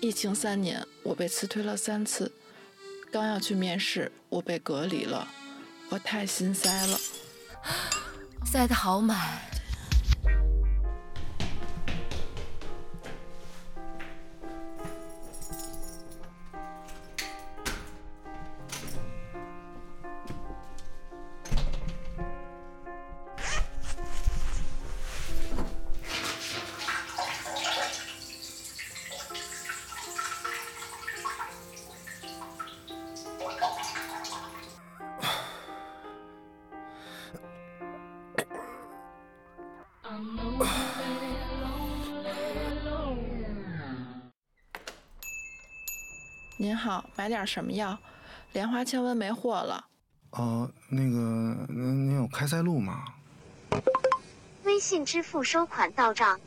疫情三年，我被辞退了三次。刚要去面试，我被隔离了，我太心塞了。塞得好满。您好，买点什么药？莲花清瘟没货了。哦、那个，您您有开塞露吗？微信支付收款到账。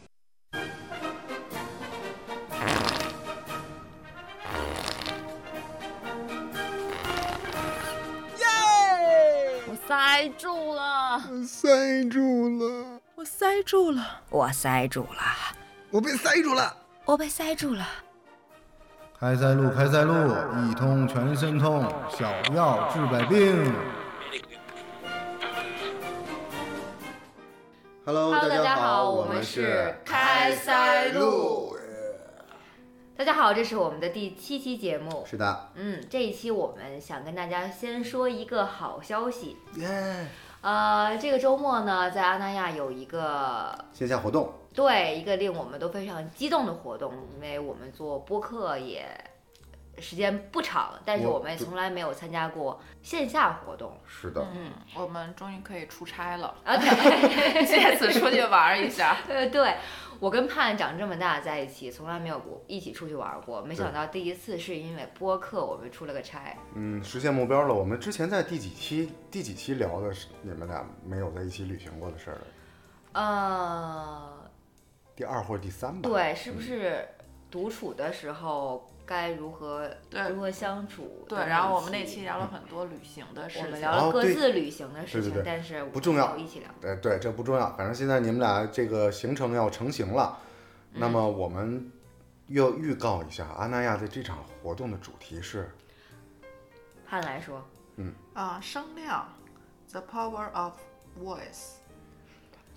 我塞住了，塞住了，我塞住了，我塞住了，我被塞住了。我被塞住了。开塞露，开塞露，一通全身痛，小药治百病。 Hello， Hello，大家家好，我我们是开塞露。大家好，这是我们的第七期节目。是的，嗯，这一期我们想跟大家先说一个好消息。耶！呃，这个周末呢，在阿那亚有一个线下活动，对一个令我们都非常激动的活动，因为我们做播客也时间不长，但是我我们从来没有参加过线下活 动。是的，嗯我们终于可以出差了，啊，对，借此出去玩一 下。呃，对，我跟盼长这么大在一起，从来没有过一起出去玩过。没想到第一次是因为播客，我们出了个差。嗯，实现目标了。我们之前在第几期、第几期聊的是你们俩没有在一起旅行过的事儿了，呃，第二或者第三吧？对，嗯是不是独处的时候该如何对如何相处？对，然后我们那期聊了很多旅行的事我们情，聊哦了各对自旅行的事情，对对对但是不重要一起聊。对哎对，这不重要。反正现在你们俩这个行程要成型了，嗯那么我们要预告一下，阿那亚的这场活动的主题是盼来说，啊，声量，The Power of Voice。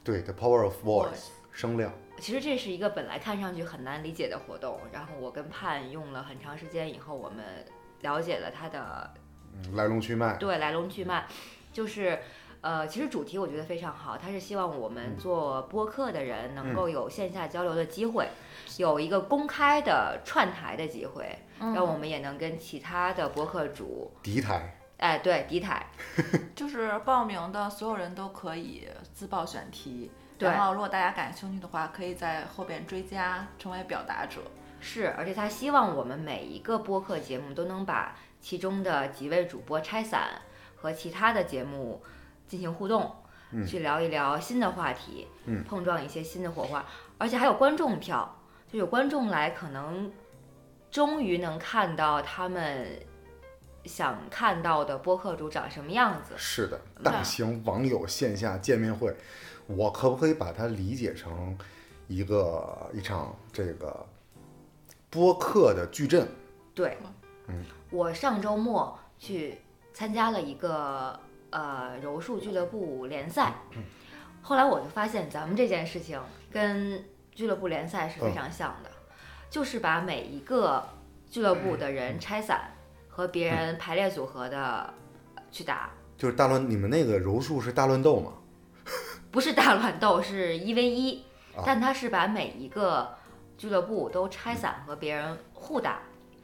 对 The Power of Voice Voice 声量。其实这是一个本来看上去很难理解的活动，然后我跟盼用了很长时间以后，我们了解了它的嗯来龙去脉，对来龙去脉，就是。呃，其实主题我觉得非常好，它是希望我们做播客的人能够有线下交流的机会，有一个公开的串台的机会，嗯让我们也能跟其他的播客主，敌台，哎，对，敌台，就是报名的所有人都可以自报选题，对然后如果大家感兴趣的话，可以在后边追加成为表达者。是，而且他希望我们每一个播客节目都能把其中的几位主播拆散，和其他的节目进行互动，去聊一聊新的话题，嗯碰撞一些新的火花，而且还有观众票，就有观众来，可能终于能看到他们想看到的播客主长什么样子。是的，大型网友线下见面会，我可不可以把它理解成一个一场这个播客的矩阵？对，嗯我上周末去参加了一个呃柔术俱乐部联赛，嗯后来我就发现咱们这件事情跟俱乐部联赛是非常像的，嗯就是把每一个俱乐部的人拆散，和别人排列组合的去打，就是大乱，你们那个柔术是大乱斗吗？不是大乱斗，是一 v 一啊，但它是把每一个俱乐部都拆散和别人互打，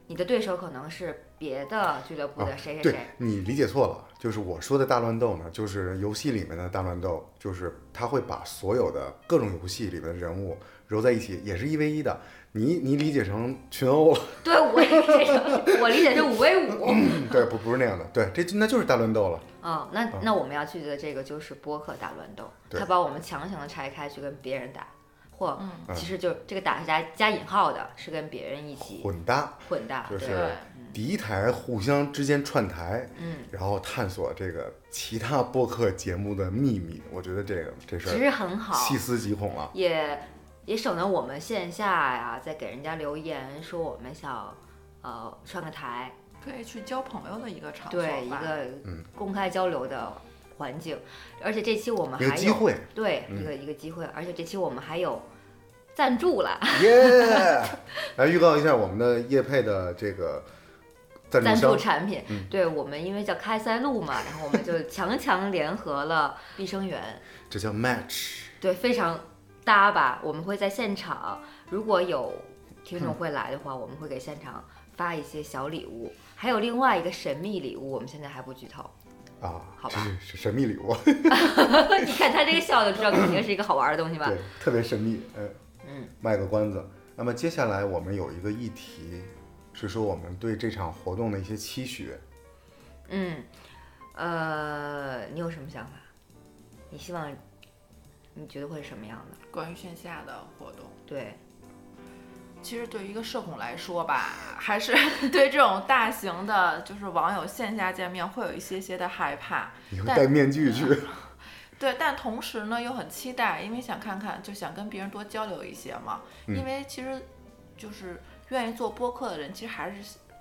你的对手可能是别的俱乐部的谁谁谁哦啊对。你理解错了，就是我说的大乱斗呢，就是游戏里面的大乱斗，就是他会把所有的各种游戏里面的人物揉在一起，也是一 v 一的。你你理解成群殴了？ 对，我也是这 种，我理解是五 v 五。对，不不是那样的，对，这那就是大乱斗了。嗯，那那我们要去的这个就是播客大乱斗，对他把我们强行的拆开去跟别人打，或嗯其实就是这个打是加加引号的，是跟别人一起混搭混打，就是对，敌台互相之间串台，嗯，然后探索这个其他播客节目的秘密。我觉得这个这事其儿实很好，细思极恐了。也也省得我们线下呀再给人家留言说我们想呃上个台，可以去交朋友的一个场所吧。对一个嗯公开交流的环境。而且这期我们一个还机会，对嗯一个一个机会，而且这期我们还有赞助了， 耶！来预告一下我们的叶配的这个赞赞商助，产品。嗯对我们因为叫开塞露嘛，然后我们就强强联合了碧生源。这叫 Match。对，非常搭吧。我们会在现场，如果有听众会来的话，我们会给现场发一些小礼物，还有另外一个神秘礼物，我们现在还不剧透。 啊，好这吧是神神秘礼物，你看他这个笑就知道，肯定是一个好玩的东西吧对？，特别神秘，嗯，嗯，卖个关子。那么接下来我们有一个议题，是说我们对这场活动的一些期许。嗯，呃，你有什么想法？你希望你觉得会是什么样的？关于线下的活动，对，其实对于一个社恐来说吧，还是 对这种大型的，就是网友线下见面会有一些些的害怕。你会但戴面具去？嗯对，但同时呢又很期待，因为想看看，就想跟别人多交流一些嘛。嗯因为其实就是愿意做播客的人，其实还是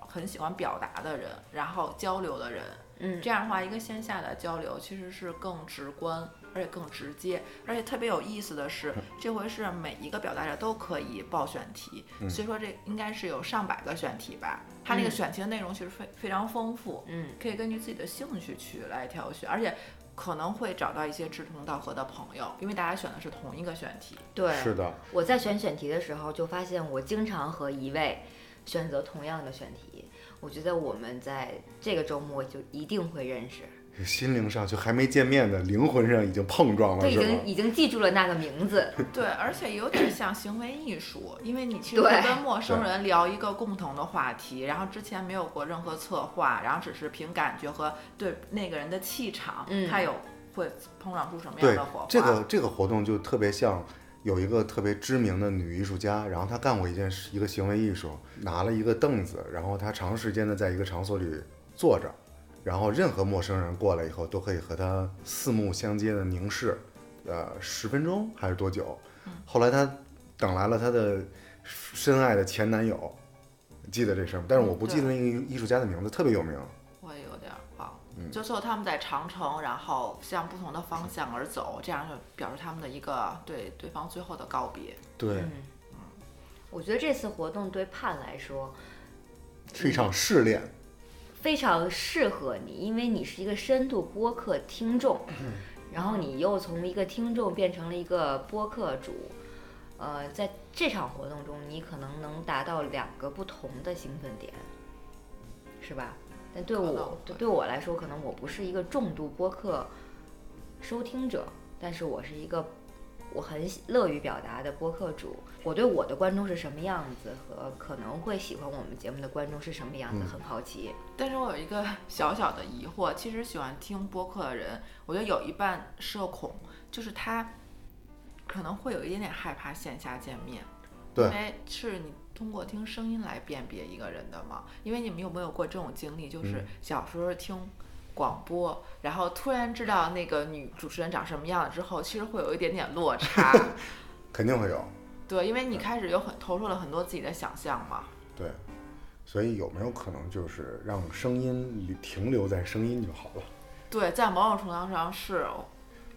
很喜欢表达的人，然后交流的人。嗯这样的话，一个线下的交流其实是更直观，而且更直接，而且特别有意思的是，这回是每一个表达者都可以报选题，所以说这应该是有上百个选题吧。它那个嗯选题的内容其实非非常丰富，嗯可以根据自己的兴趣去来挑选，而且可能会找到一些志同道合的朋友，因为大家选的是同一个选题。对， 是的，我在选选题的时候，就发现我经常和一位选择同样的选题。我觉得我们在这个周末就一定会认识，心灵上就还没见面的，灵魂上已经碰撞就了，已哦是吗经？已经记住了那个名字。 对，而且有点像行为艺术，因为你其实对会跟陌生人聊一个共同的话题，然后之前没有过任何策划，然后只是凭感觉和对那个人的气场，嗯他有会碰撞出什么样对的火花。，这个这个活动就特别像有一个特别知名的女艺术家，然后她干过一件事，一个行为艺术，拿了一个凳子，然后她长时间的在一个场所里坐着，然后任何陌生人过来以后都可以和她四目相接的凝视，呃，十分钟还是多久？嗯后来她等来了她的深爱的前男友，记得这事儿吗？但是我嗯不记得那个艺术家的名字，特别有名。我也有点儿忘，嗯就最后他们在长城，然后向不同的方向而走，这样就表示他们的一个对对方最后的告别。对，嗯，我觉得这次活动对盼来说是一场试炼。非常适合你，因为你是一个深度播客听众，然后你又从一个听众变成了一个播客主。呃，在这场活动中，你可能能达到两个不同的兴奋点，是吧？但对可能我会对对我来说，可能我不是一个重度播客收听者，但是我是一个我很喜乐于表达的播客主。我对我的观众是什么样子和可能会喜欢我们节目的观众是什么样子，嗯很好奇。但是我有一个 小小的疑惑，其实喜欢听播客的人，我觉得有一半社恐，就是他可能会有一点点害怕线下见面，对因为是你通过听声音来辨别一个人的嘛。因为你们有没有过这种经历，就是嗯小时候听广播，然后突然知道那个女主持人长什么样了之后，其实会有一点点 落差，肯定会有，对，因为你开始有很投入了很多自己的想象嘛。对，所以有没有可能就是让声音里停留在声音就好了？ 对，在某种程度上是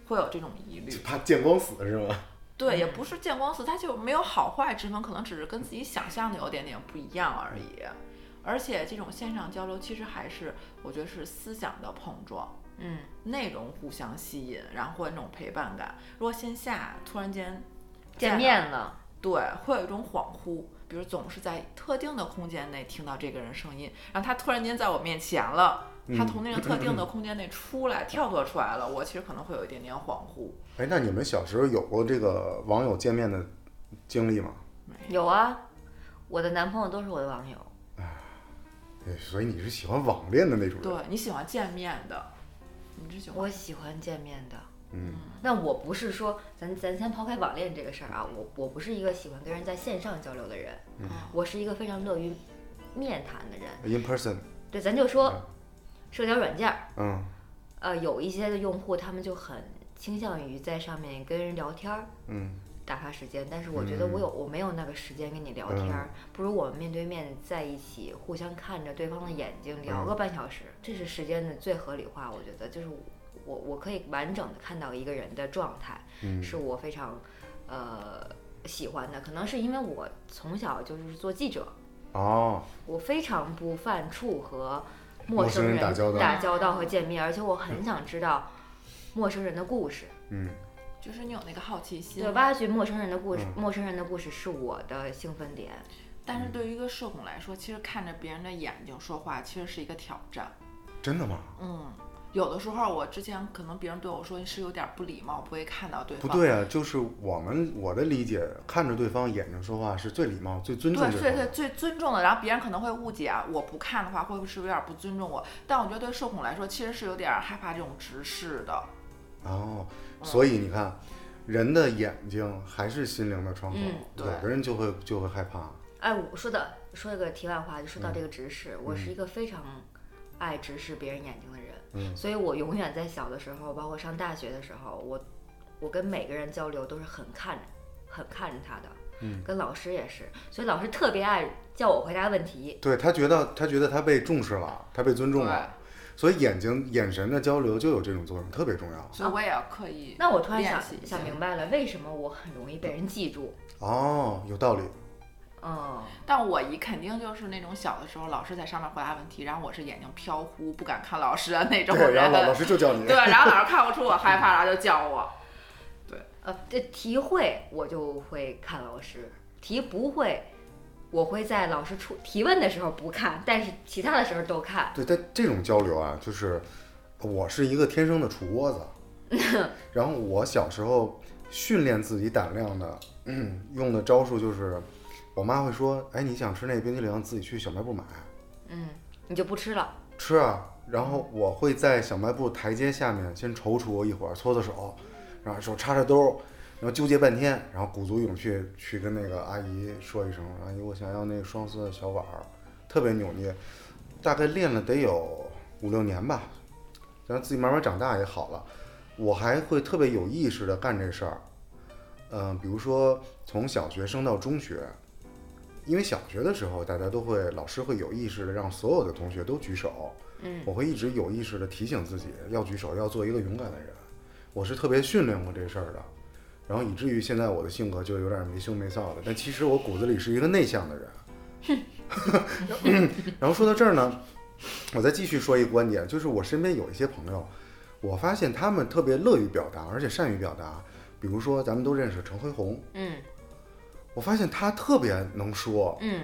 会有这种疑虑就。怕见光死是吗？对，嗯也不是见光死，它就没有好坏之分，可能只是跟自己想象的有点点不一样而已。而且这种线上交流，其实还是我觉得是思想的碰撞，嗯，内容互相吸引，然后会有那种陪伴感。如果线下突然间见在面了，对，会有一种恍惚，比如总是在特定的空间内听到这个人声音，然后他突然间在我面前了，嗯他 从那个特定的空间内出来，跳脱出来了，我其实可能会有一点点恍惚。哎，那你们小时候有过这个网友见面的经历吗？有啊，我的男朋友都是我的网友。哎所以你是喜欢网恋的那种人，对你喜欢见面的，你是喜欢我喜欢见面的。嗯，那我不是说，咱咱先抛开网恋这个事儿啊，我我不是一个喜欢跟人在线上交流的人，嗯我是一个非常乐于面谈的人。 ，in person，对，咱就说嗯社交软件，儿，嗯，呃，有一些的用户他们就很倾向于在上面跟人聊天儿，嗯，打发时间，但是我觉得我有、我没有那个时间跟你聊天儿，嗯不如我们面对面在一起，互相看着对方的眼嗯睛聊个半小时，这是时间的最合理化。我觉得就是我我可以完整的看到一个人的状态，嗯是我非常呃喜欢的。可能是因为我从小就是做记者，哦，我非常不犯怵和陌陌生生人人打交道道和见面，而且我很想知道陌生人的故事。嗯就是你有那个好奇心对，，挖掘陌生人的故事，嗯陌生人的故事是我的兴奋点。但是对于一个社恐来说，其实看着别人的眼睛说话，其实是一个挑战。真的吗？嗯，有的时候我之前可能别人对我说是有点不礼貌，不会看到对不方。对啊，就是我们我的理解，看着对方眼睛说话是最礼貌、最尊重对，所以方对的。最尊重的，然后别人可能会误解啊，我不看的话会不会是有点不尊重我？但我觉得对社恐来说，其实是有点害怕这种直视的。哦，嗯所以你看，人的眼睛还是心灵的窗口，嗯对有的人就会就会害怕。哎，我说的说一个题外话，就说到嗯这个直视，我是一个非常爱直视别人眼睛的人，嗯所以我永远在小的时候，包括上大学的时候，我我跟每个人交流都是很看着很看着他的，嗯跟老师也是，所以老师特别爱叫我回答问题，对他觉得他觉得他被重视了，他被尊重了，所以眼睛眼神的交流就有这种作用，特别重要。所以我也要刻意。啊那我突然想练习一下想明白了，为什么我很容易被人记住？哦，有道理。嗯，但我一肯定就是那种小的时候，老师在上面回答问题，然后我是眼睛飘忽，不敢看老师的那种对，人。然后老老 师就叫你对，。然后老师看不出我害怕，然后就叫我。呃，这题会我就会看老师，题不会，我会在老师出提问的时候不看，但是其他的时候都看。对，但这种交流啊，就是我是一个天生的杵窝子，然后我小时候训练自己胆量的、嗯用的招数就是，我妈会说：“哎，你想吃那个冰淇淋，自己去小卖部买嗯，你就不吃了。吃啊。”然后我会在小卖部台阶下面先踌躇一会儿，搓搓手，然后手插插兜，然后纠结半天，然后鼓足勇气去跟那个阿姨说一声：“阿姨，我想要那个双色小碗儿。”特别扭捏，大概练了得有五六年吧，然后自己慢慢长大也好了。我还会特别有意识的干这事儿，嗯、比如说从小学升到中学，因为小学的时候大家都会，老师会有意识的让所有的同学都举手，嗯，我会一直有意识的提醒自己要举手，要做一个勇敢的人。我是特别训练过这事儿的，然后以至于现在我的性格就有点没羞没臊的，但其实我骨子里是一个内向的人。 然后说到这儿呢，我再继续说一个观点，就是我身边有一些朋友，我发现他们特别乐于表达，而且善于表达。比如说，咱们都认识陈辉宏，嗯我发现他特别能说，嗯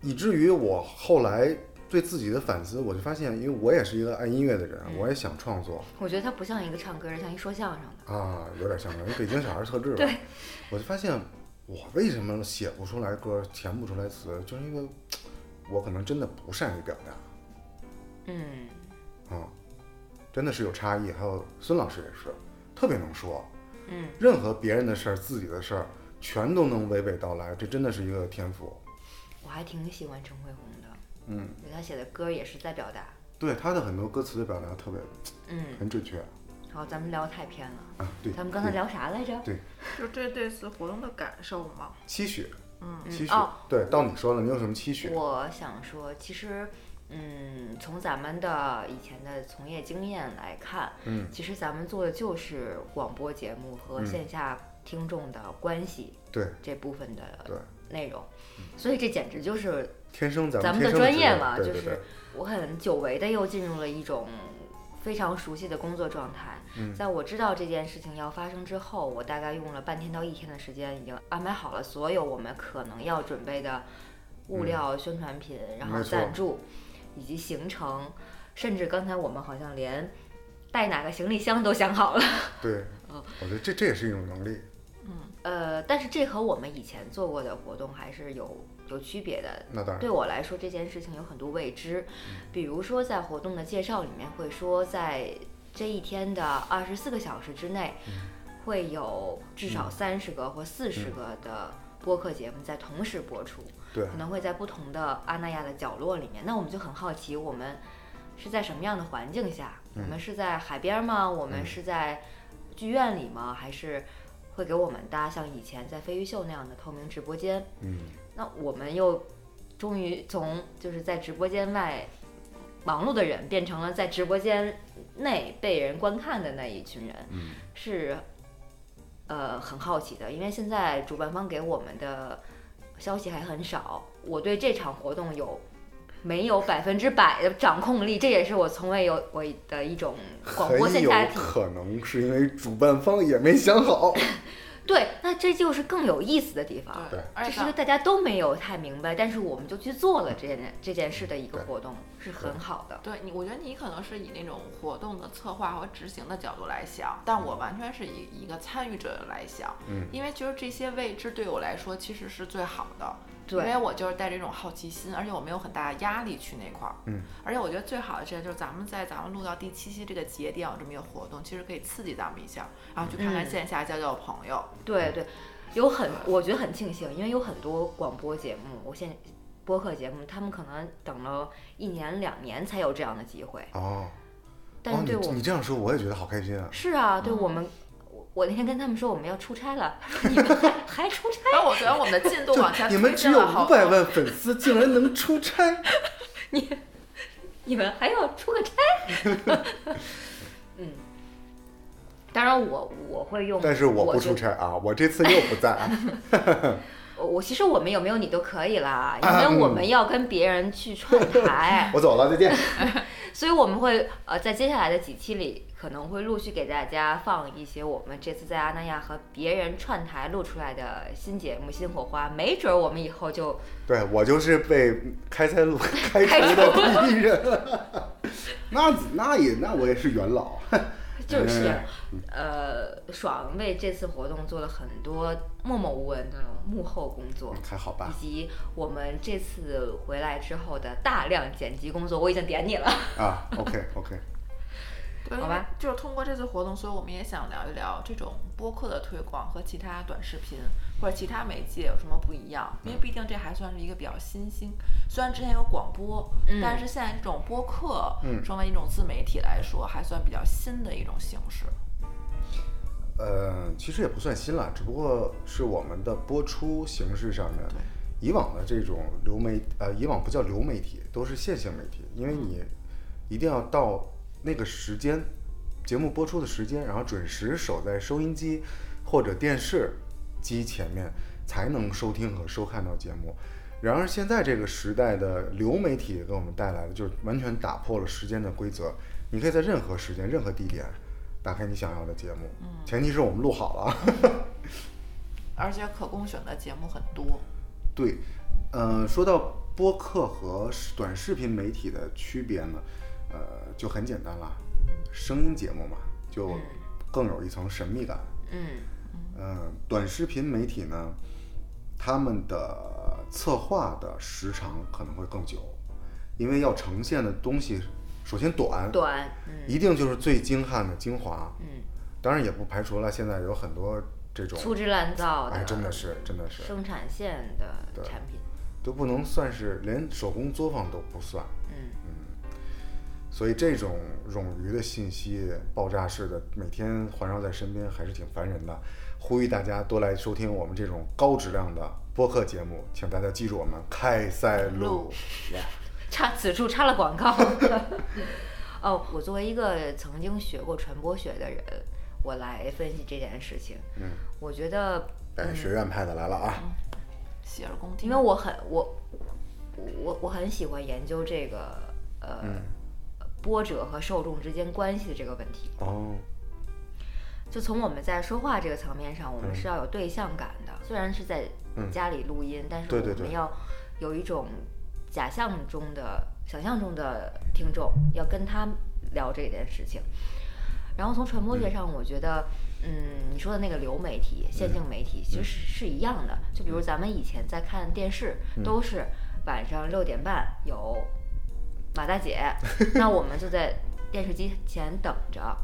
以至于我后来对自己的反思，我就发现，因为我也是一个爱音乐的嗯人，啊我也想创作我觉得他不像一个唱歌的，像一说相声的。啊，有点像北京小孩特质吧。对我就发现我为什么写不出来歌，填不出来词，就是因为我可能真的不善于表达。嗯，啊，真的是有差异。还有孙老师也是，特别能说，嗯，任何别人的事儿、自己的事儿，全都能娓娓道来，这真的是一个天赋。我还挺喜欢陈慧红的，嗯，因为他写的歌也是在表达。对他的很多歌词的表达特别嗯，很准确好，咱们聊太偏了。啊。对，咱们刚才对聊啥来着？ 就这对此活动的感受嘛。期许，嗯期许，哦对，到你说了，你有什么期许？我想说，其实，嗯，从咱们的以前的从业经验来看，嗯，其实咱们做的就是广播节目和嗯线下听众的关系对，这部分的对内容，所以这简直就是天生咱咱们天的生专职业业嘛，对就对对是，我很久违的又进入了一种非常熟悉的工作状态。嗯在我知道这件事情要发生之后，我大概用了半天到一天的时间，已经安排好了所有我们可能要准备的物料、宣传品，然后嗯没错赞助，以及行程，甚至刚才我们好像连带哪个行李箱都想好了。 对，嗯我觉得这这也是一种能力。呃，但是这和我们以前做过的活动还是有有区别的。那当然，对我来说，这件事情有很多未知，比如说在活动的介绍里面会说，在这一天的二十四个小时之内，会有至少三十个或四十个的播客节目在同时播出，对可能会在不同的阿那亚的角落里面。那我们就很好奇，我们是在什么样的环境下？我们是在海边吗？我们是在剧院里吗？还是会给我们搭像以前在飞鱼秀那样的透明直播间。嗯，那我们又终于从就是在直播间外忙碌的人，变成了在直播间内被人观看的那一群人，嗯是呃很好奇的，因为现在主办方给我们的消息还很少，我对这场活动有。没有百分之百的掌控力，这也是我从未有过的一种广播很线有下体可能是因为主办方也没想 好。对，那这就是更有意思的地方。对而这且是一个咱大家都没有太明白，但是我们就去做了这件这件事的一个对活动，是很好的。对你，我觉得你可能是以那种活动的策划和执行的角度来想，但我完全是以以一个参与者来想，嗯因为其实这些未知对我来说其实是最好的，因对为我就是带着一种好奇心，而且我没有很大的压力去那块儿。嗯，而且我觉得最好的事情就是咱们在咱们录到第七期这个节点有这么一个活动，其实可以刺激咱们一下，然后去看看嗯线下交交朋友。对对，有很我觉得很庆幸，因为有很多广播节目，我现播客节目，他们可能等了一年两年才有这样的机会，哦，但哦是，对我你们、你这样说我也觉得好开心 啊。是啊，对我们。我我那天跟他们说我们要出差了，他说你们还 还出差？然后我觉得我们的进度 就往前你们推只进有了好五多百万粉丝，竟然能出 差，你们还要出个差？ 嗯，当然我我会用，但是我不觉出差啊，我这次又不在 啊。我我其实我们有没有你都可以啦，因啊嗯为我们要跟别人去串 台，我走了，再见。所以我们会呃在接下来的几期里，可能会陆续给大家放一些我们这次在阿那亚和别人串台录出来的新节目、新火花，没准儿我们以后就对我就是被开塞露开除的第一人， 那那也那我也是元老， 就是哎呃爽为这次活动做了很多默默无闻的那种幕后工作。还好吧以？及我们这次回来之后的大量剪辑工作，我已经点你了。 啊，OK OK，对，好因为吧就是通过这次活动，所以我们也想聊一聊这种播客的推广和其他短视频或者其他媒介有什么不一样。因为毕竟这还算是一个比较新兴，虽然之前有广播，嗯但是现在这种播客嗯成为一种自媒体来说，还算比较新的一种形式。呃，其实也不算新了，只不过是我们的播出形式上面，以往的这种流媒呃，以往不叫流媒体，都是线性媒体，因为你一定要到那个时间，节目播出的时间，然后准时守在收音机或者电视机前面，才能收听和收看到节目。然而，现在这个时代的流媒体给我们带来的，就是完全打破了时间的规则。你可以在任何时间、任何地点打开你想要的节目，前提是我们录好了 啊。而且可供选的节目很多，对，呃，说到播客和视短视频媒体的区别呢，呃，就很简单了，声音节目嘛，就更有一层神秘感。嗯呃，短视频媒体呢，他们的策划的时长可能会更久，因为要呈现的东西，首先短，短，嗯一定就是最精悍的精华。嗯，当然也不排除了现在有很多这种，粗制滥造的，哎，真的是，真的是，生产线的产品。都不能算是连手工作坊都不算。嗯，所以这种冗余的信息爆炸式的，每天环绕在身边，还是挺烦人的。呼吁大家多来收听我们这种高质量的播客节目，请大家记住我们开塞露露。插此处插了广告。 哦，我作为一个曾经学过传播学的人，我来分析这件事情。嗯，我觉得，哎，学院派的来了啊！洗耳恭听。因为我很我我我很喜欢研究这个呃、嗯波折和受众之间关系的这个问题。哦，就从我们在说话这个层面上，我们嗯是要有对象感的。虽然是在嗯家里录音，但是对对我对们要有一种假象中的、想象中的听众，要跟他聊这件事情。然后从传播学上，我觉得，嗯，你说的那个流媒体、嗯线性媒体，其实是是一样的。就比如咱们以前在看电视，嗯都是晚上六点半有马大姐， 那我们就在电视机前等着。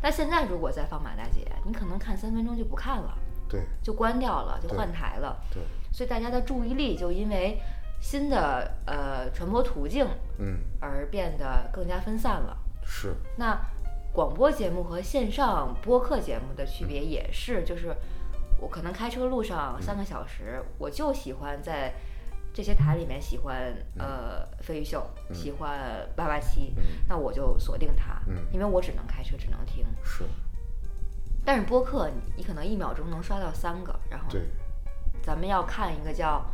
但现在如果再放马大姐，你可能看三分钟就不看了，对就关掉了，就对换台了。对，所以大家的注意力就因为新的呃传播途径嗯，而变得更加分散了。是，那广播节目和线上播客节目的区别也是，就是我可能开车路嗯上三个小时，我就喜欢在这些台里面喜欢嗯呃飞鱼秀，喜欢八八七，那我就锁定它，嗯因为我只能开车，只能听。是但是播客你你可能一秒钟能刷到三个，然后对，咱们要看一个叫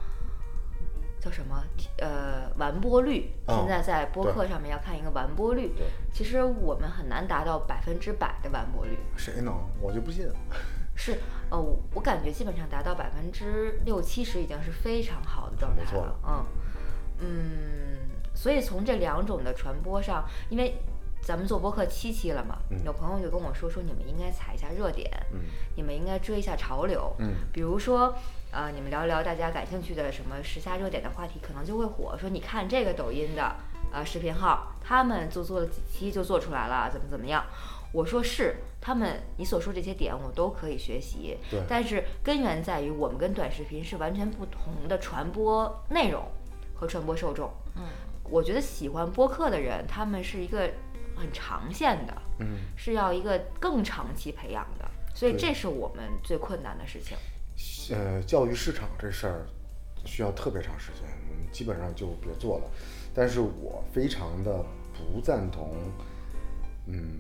叫什么呃完播率，哦现在在播对客上面要看一个完播率对，其实我们很难达到百分之百的完播率，谁能？我就不信。是呃我我感觉基本上达到百分之六七十已经是非常好的状很不态错了，嗯嗯，所以从这两种的传播上，因为。咱们做播客七期了嘛，嗯有朋友就跟我说说你们应该踩一下热点，嗯你们应该追一下潮流，嗯比如说，呃，你们聊一聊大家感兴趣的什么时下热点的话题，可能就会火。说你看这个抖音的呃视频号，他们就做了几期就做出来了，怎么怎么样。我说是，他们你所说这些点我都可以学习对，但是根源在于我们跟短视频是完全不同的传播内容和传播受众。嗯，我觉得喜欢播客的人，他们是一个很长线的，嗯，是要一个更长期培养的，所以对这是我们最困难的事情。呃，教育市场这事儿需要特别长时间，我们基本上就别做了。但是我非常的不赞同，嗯，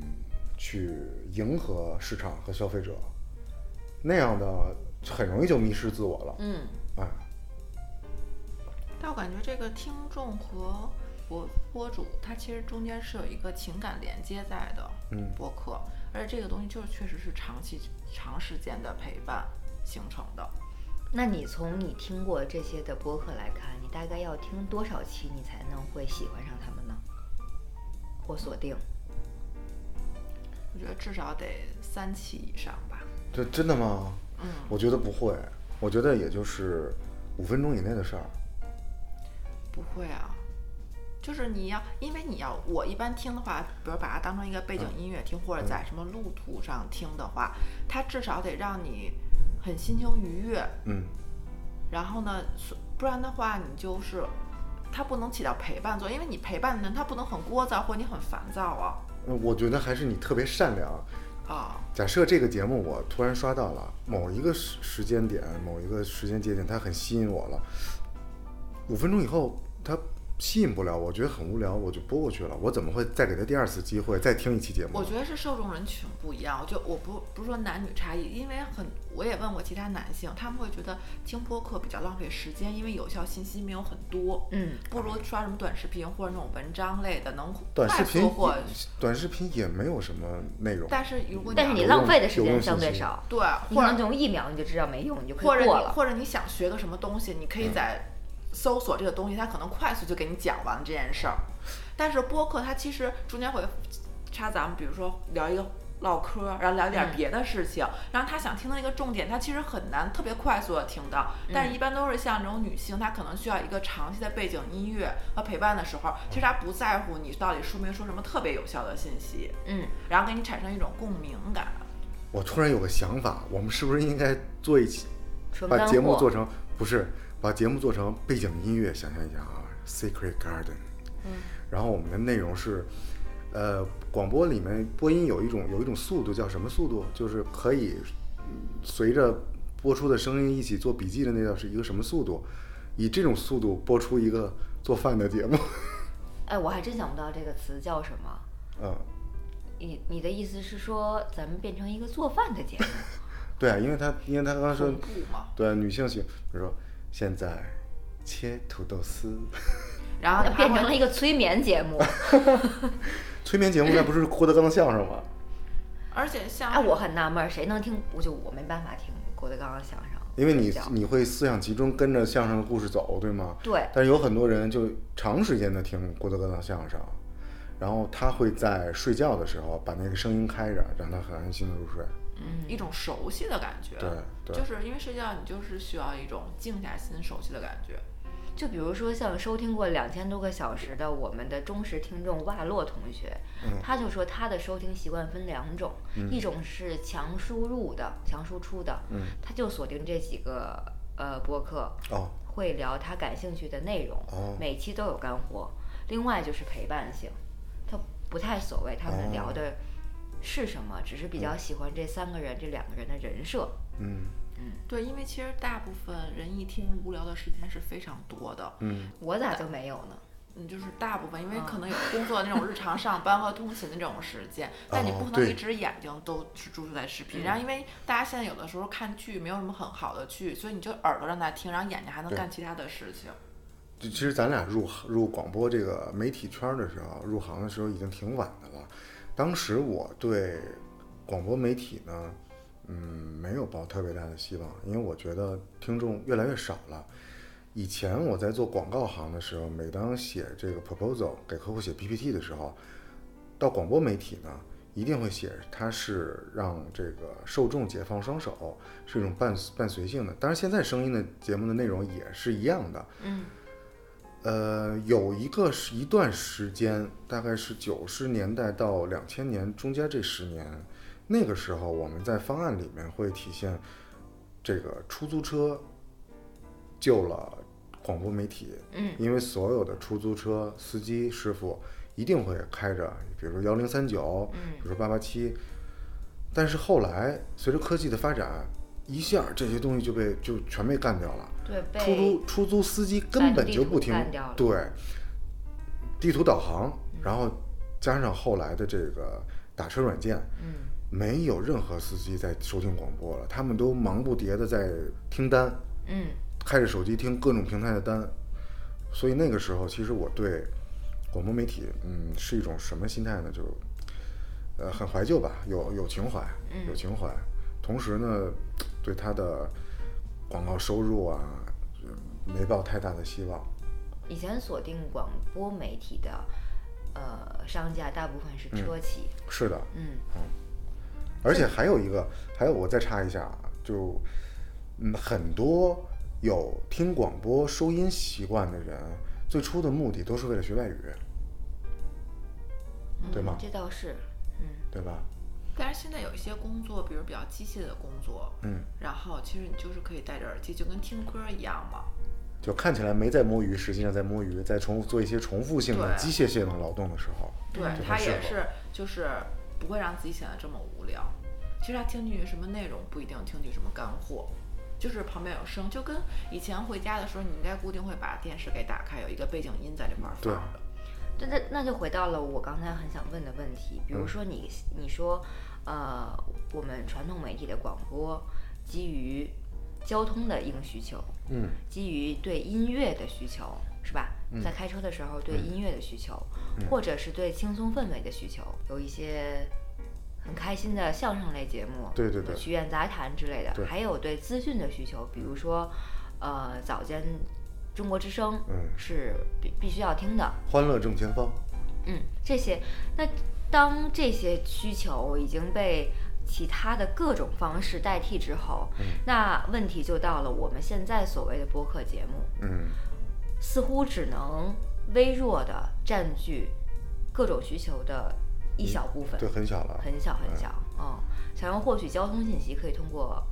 去迎合市场和消费者，那样的很容易就迷失自我了。嗯，哎，但我感觉这个听众和博播主，它其实中间是有一个情感连接在的。嗯，播客，而且这个东西就是确实是长期、长时间的陪伴形成的。那你从你听过这些的播客来看，你大概要听多少期你才能会喜欢上他们呢？或锁定？我觉得至少得三期以上吧。这真的吗？嗯，我觉得不会，我觉得也就是五分钟以内的事儿。不会啊，就是你要，因为你要，我一般听的话，比如把它当成一个背景音乐听，或者在什么路途上听的话，它至少得让你很心情愉悦，嗯，然后呢，所不然的话，你就是它不能起到陪伴作用，因为你陪伴的人他不能很聒噪或你很烦躁啊呃我觉得还是你特别善良。啊。假设这个节目我突然刷到了某一个时时间点、某一个时间节点，它很吸引我了。五分钟以后，它吸引不了，我觉得很无聊，我就拨过去了。我怎么会再给它第二次机会，再听一期节目？我觉得是受众人群不一样，我就我不不是说男女差异，因为很我也问过其他男性，他们会觉得听播客比较浪费时间，因为有效信息没有很多，嗯，不如刷什么短视频或者那种文章类的能短视快频速也获。短视频也没有什么内容。但是如果但是你你有要浪用费的时有间用相信对息少，对，你或可者能用一秒你就知道没用，你就可或以者过你了。或者你想学个什么东西，你可以在搜索这个东西，它可能快速就给你讲完这件事儿。但是播客它其实中间会插咱们，比如说聊一个唠嗑儿，然后聊一点嗯儿别的事情，然后他想听的一个重点，他其实很难特别快速的听到。嗯但是一般都是像这种女性，她可能需要一个长期的背景音乐和陪伴的时候，其实她不在乎你到底说没说什么特别有效的信息，嗯，然后给你产生一种共鸣感。我突然有个想法，我们是不是应该做一期，纯把干节目货做成不是把节目做成背景音乐？想象一下啊，Secret Garden。嗯。然后我们的内容是，呃，广播里面播音有一种有一种速度叫什么速度？就是可以嗯随着播出的声音一起做笔记的那叫是一个什么速度？以这种速度播出一个做饭的节目。哎，我还真想不到这个词叫什么。嗯，你你的意思是说，咱们变成一个做饭的节目？ 对，啊因为他因为他刚刚说同嗯步嘛，对啊女性喜，比如说现在切土豆丝。 然后那她变成会了一个催眠节目。 催眠节目那不是郭德纲的相声吗？而且像哎，我很纳闷儿，谁能听？我就我没办法听郭德纲的相声，因为你睡觉你会思想集中跟着相声的故事走，对吗？对但是有很多人就长时间的听郭德纲的相声，然后他会在睡觉的时候把那个声音开着，让他很安心的入睡。一种熟悉的感觉。对对就是因为睡觉，你就是需要一种静下心、熟悉的感觉。就比如说像收听过两千多个小时的我们的忠实听众瓦洛同学，嗯他就说他的收听习惯分两种，一种是强输入的、强输出的，他就锁定这几个呃播客，嗯哦会聊他感兴趣的内容，哦每期都有干货。另外就是陪伴性，他不太所谓他们哦聊的是什么，只是比较喜欢这三个人、这两个人的人设。嗯，对，因为其实大部分人一天无聊的时间是非常多的，嗯，我咋就没有呢？嗯，就是大部分，因为啊可能有工作那种日常上班和通勤的这种时 间，但你哦不可能对一直眼睛都是注视在视频。然后，因为大家现在有的时候看剧没有什么很好的剧，所以你就耳朵让他听，然后眼睛还能对干其他的事情。就其实咱俩入入广播这个媒体圈儿的时候，入行的时候已经挺晚的了。当时我对广播媒体呢，嗯，没有抱特别大的希望，因为我觉得听众越来越少了。以前我在做广告行的时候，每当写这个 proposal 给客户写 PPT 的时候，到广播媒体呢，一定会写它是让这个受众解放双手，是一种伴伴随性的。当然，现在声音的节目的内容也是一样的，嗯，呃，有一个时一段时间，大概是九十年代到两千年中间这十年，那个时候我们在方案里面会体现这个出租车救了广播媒体，嗯，因为所有的出租车司机师傅一定会开着，比如说幺零三九，嗯比如说八八七，但是后来随着科技的发展，一下这些东西就被就全被干掉了。对，出被租出租司机根本就不停百度地图干掉了对地图导航，然后加上后来的这个打车软件，嗯没有任何司机在收听广播了，他们都忙不迭的在听单，嗯开着手机听各种平台的单，所以那个时候其实我对广播媒体，嗯，是一种什么心态呢？就呃很怀旧吧，有有情怀，有情怀，同时呢，对它的广告收入啊，就没抱太大的希望。以前锁定广播媒体的呃商家大部分是车企，是的，嗯而且还有一个，还有我再插一下啊，就嗯，很多有听广播收音习惯的人，最初的目的都是为了学外语，嗯对吗这倒是，嗯对吧？但是现在有一些工作，比如比较机械的工作，嗯，然后其实你就是可以戴着耳机，就跟听歌一样嘛。就看起来没在摸鱼，实际上在摸鱼，在重复做一些重复性的对机械性的劳动的时候，对就，它很适也合是就是不会让自己显得这么无聊。其实他听进去什么内容不一定听进去什么干货，就是旁边有声，就跟以前回家的时候，你应该固定会把电视给打开，有一个背景音在里面放对着。那那那就回到了我刚才很想问的问题，嗯比如说你、你说，呃，我们传统媒体的广播基于交通的硬需求，嗯，基于对音乐的需求，是吧？在开车的时候对音乐的需求，嗯或者是对轻松氛围的需求，有一些很开心的相声类节目，对对对曲苑杂谈之类对的，还有对资讯的需求，比如说，呃，早间中国之声，嗯是必必须要听的，欢乐正前方，嗯，这些，那当这些需求已经被其他的各种方式代替之后，嗯那问题就到了我们现在所谓的播客节目，嗯，似乎只能微弱的占据各种需求的一小部分，嗯对，很小了，很小很小，嗯，想要获取交通信息，可以通过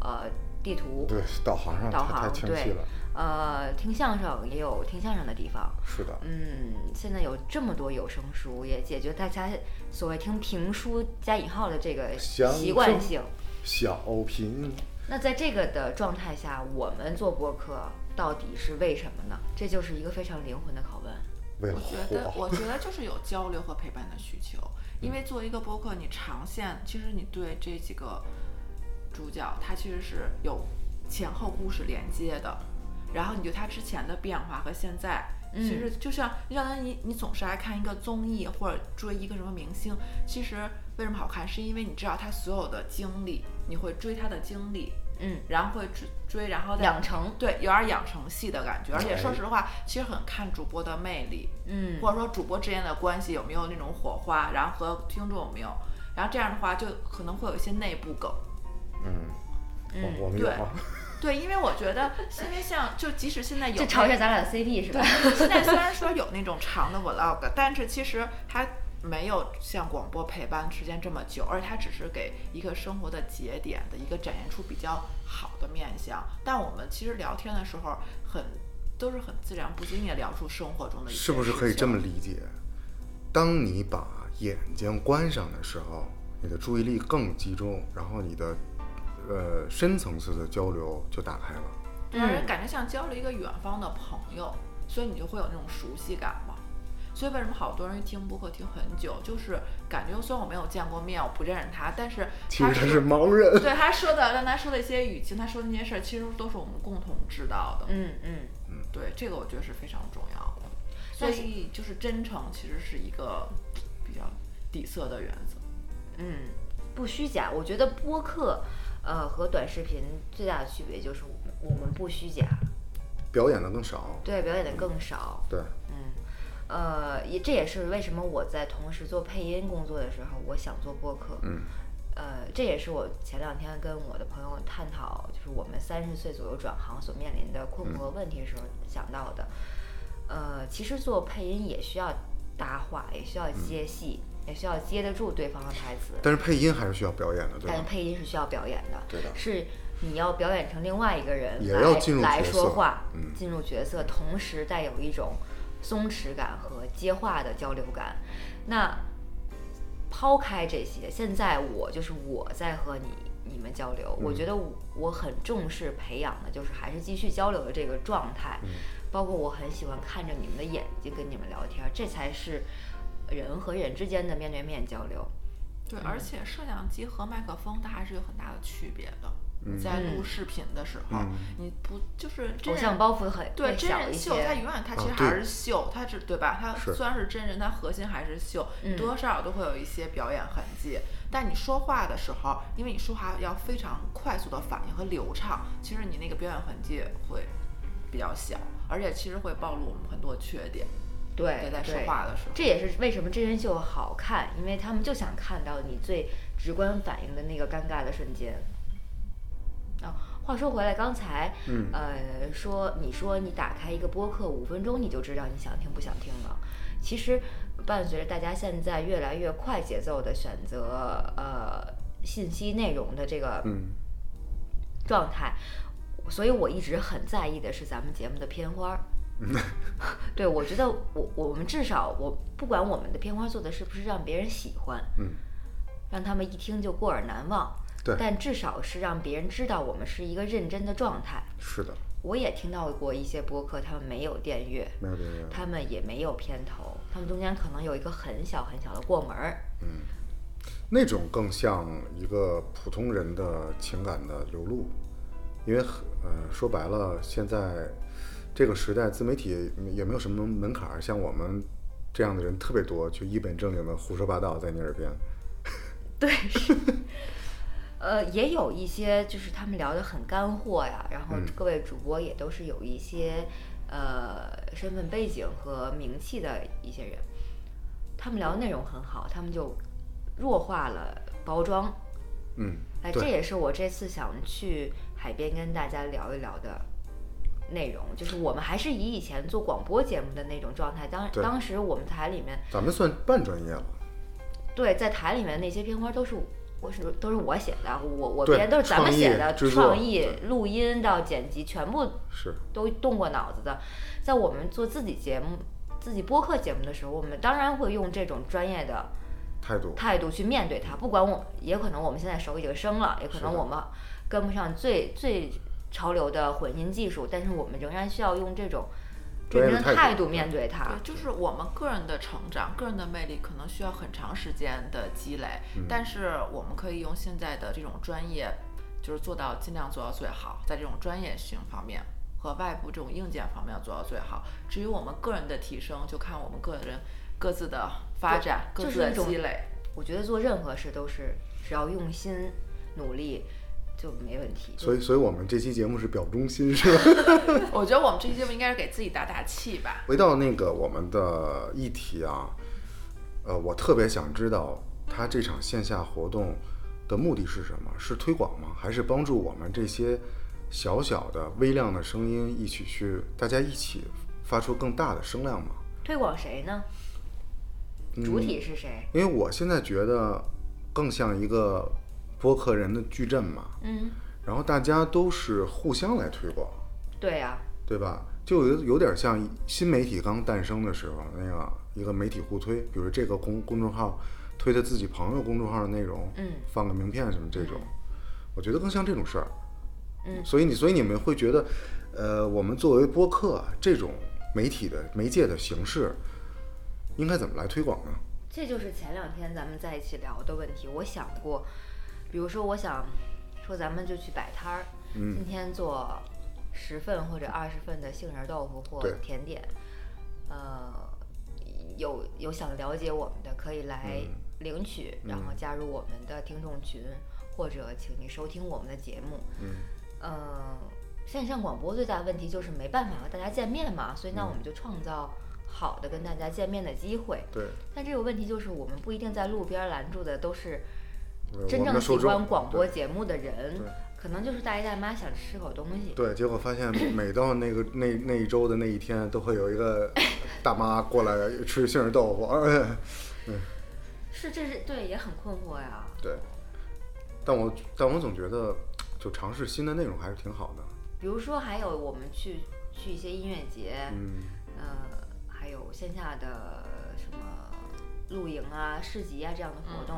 呃地图，对，导航上导太太航清晰对了，呃，听相声也有听相声的地方，是的，嗯，现在有这么多有声书，也解决大家所谓听评书加引号的这个相习惯声性。小品，那在这个的状态下，我们做播客到底是为什么呢？这就是一个非常灵魂的拷问。为了我觉得，火，我觉得就是有交流和陪伴的需 求，嗯因为做一个播客，你长线其实你对这几个主角，他其实是有前后故事连接的，然后你对他之前的变化和现在。其嗯实就像，就像你你总是爱看一个综艺或者追一个什么明星，其实为什么好看，是因为你知道他所有的经历，你会追他的经历，嗯，然后会追追，然后再养成，对，有点养成系的感觉。而且说哎实话，其实很看主播的魅力，嗯或者说主播之间的关系有没有那种火花，然后和听众有没有，然后这样的话就可能会有一些内部梗。嗯，嗯我我们有对啊，对，因为我觉得，因为像就即使现在有这嘲一那下咱俩的 CP 是吧？现在虽然说有那种长的 vlog，但是其实它没有像广播陪伴时间这么久，而且它只是给一个生活的节点的一个展现出比较好的面相。但我们其实聊天的时候很。都是很自然不经意地聊出生活中的一些是不是可以事这情么理解？当你把眼睛关上的时候，你的注意力更集中，然后你的呃深层次的交流就打开了。让人感觉像交了一个远方的朋友，所以你就会有那种熟悉感嘛。所以为什么好多人听播客听很久，就是感觉虽然我没有见过面，我不认识他，但是其他实他是盲人，对他说的，让他说的一些语境，他说的那些事儿，其实都是我们共同知道的。 嗯嗯，对，这个我觉得是非常重要的。所但是以就是真诚，其实是一个比较底色的原则。嗯，不虚假。我觉得播客，呃，和短视频最大的区别就是我们我们不虚假，表演的更少。对，表演的更少。对，嗯，呃，也这也是为什么我在同时做配音工作的时候，我想做播客。嗯，呃，这也是我前两天跟我的朋友探讨，就是我们三十岁左右转行所面临的困惑和问题的时候想到的。呃，其实做配音也需要搭话，也需要接戏，也需要接得住对方的台词。但是配音还是需要表演的，对但是吧？配音是需要表演的，对的是你要表演成另外一个人也来要进入来角说色话，嗯进入角色，同时带有一种松弛感和接话的交流感。那抛开这些，现在我就是我在和你你们交流，嗯我觉得我我很重视培养的，就是还是继续交流的这个状态，嗯包括我很喜欢看着你们的眼睛跟你们聊天，这才是人和人之间的面对面交流。嗯对，而且摄像机和麦克风它还是有很大的区别的。嗯你在录视频的时候，你不就是偶真人嗯像包袱很对会真小人一秀，些它永远它其实啊对还是秀，它只对吧？它是虽然是真人，它核心还是秀，嗯多多少少都会有一些表演痕迹。但你说话的时候，因为你说话要非常快速的反应和流畅，其实你那个表演痕迹会比较小，而且其实会暴露我们很多缺点。对对在说话的时候这也是为什么真人秀好看，因为他们就想看到你最直观反应的那个尴尬的瞬间。啊、话说回来，刚才、嗯呃说你说你打开一个播客五分钟你就知道你想听不想听了，其实伴随着大家现在越来越快节奏的选择呃信息内容的这个嗯，状态。所以我一直很在意的是咱们节目的片花儿。嗯 对，我觉得我我们至少我不管我们的片花做的是不是让别人喜欢，嗯，让他们一听就过耳难忘，对但至少是让别人知道我们是一个认真的状态。是的，我也听到过一些播客，他们没有电乐，没有没有没有。他们也没有片头，他们中间可能有一个很小很小的过门儿。那种更像一个普通人的情感的流露，因为很呃说白了，现在这个时代自媒体也没有什么门槛儿，像我们这样的人特别多，就一本正经的胡说八道在你耳边。呃，也有一些就是他们聊得很干货呀，然后嗯各位主播也都是有一些、呃身份背景和名气的一些人，他们聊的内容很好，他们就弱化了包装。嗯，哎，对这也是我这次想去海边跟大家聊一聊的内容，就是我们还是以以前做广播节目的那种状态，当对当时我们台里面咱们算半专业了，对，在台里面那些片花都是我是都是我写的，我我对编都是咱们创意写的，制作创意、录音到剪辑，全部是都动过脑子的。在我们做自己节目、自己播客节目的时候，我们当然会用这种专业的态度。态度去面对它。不管我，也可能我们现在手已经生了，也可是能的我们跟不上最最潮流的混音技术，但是我们仍然需要用这种专认业的真的态态度度面对它。对，就是我们个人的成长、个人的魅力，可能需要很长时间的积累，嗯但是我们可以用现在的这种专业，就是做到尽量做到最好，在这种专业性方面和外部这种硬件方面要做到最好。至于我们个人的提升，就看我们个人各自的发展、对就各自是的一种积累。 我觉得做任何事都是只要用心努力就没问题。所以，所以我们这期节目是表忠心，是吧？我觉得我们这期节目应该是给自己打打气吧。回到那个我们的议题啊，呃，我特别想知道他这场线下活动的目的是什么？是推广吗？还是帮助我们这些小小的微量的声音一起去，大家一起发出更大的声量吗？推广谁呢？主体是谁？因为我现在觉得更像一个播客人的矩阵嘛，嗯，然后大家都是互相来推广，对啊呀、对吧？就有有点像新媒体刚诞生的时候那样一个媒体互推，比如这个公公众号推的自己朋友公众号的内容，嗯，放个名片什么这种，我觉得更像这种事儿。嗯所以你所以你们会觉得，呃，我们作为播客这种媒体的媒介的形式，应该怎么来推广呢？这就是前两天咱们在一起聊的问题。我想过，比如说，我想说咱们就去摆摊儿，嗯今天做十份或者二十份的杏仁豆腐或对甜点，呃，有有想了解我们的可以来嗯领取，然后加入我们的听众群，或者请你收听我们的节目。嗯，呃，线上广播最大的问题就是没办法和大家见面嘛，所以嗯那我们就创造好的跟大家见面的机会。对，但这个问题就是，我们不一定在路边儿拦住的都是我真们正的受喜欢众广播对节目的人对，可能就是大爷大妈想吃口东西。对，结果发现每到那个那那一周的那一天，都会有一个大妈过来吃杏仁豆腐。哎是，这是对，也很困惑呀。对，但我但我总觉得，就尝试新的内容还是挺好的。比如说，还有我们去去一些音乐节，嗯，呃，还有线下的什么露营啊、市集啊这样的活嗯动。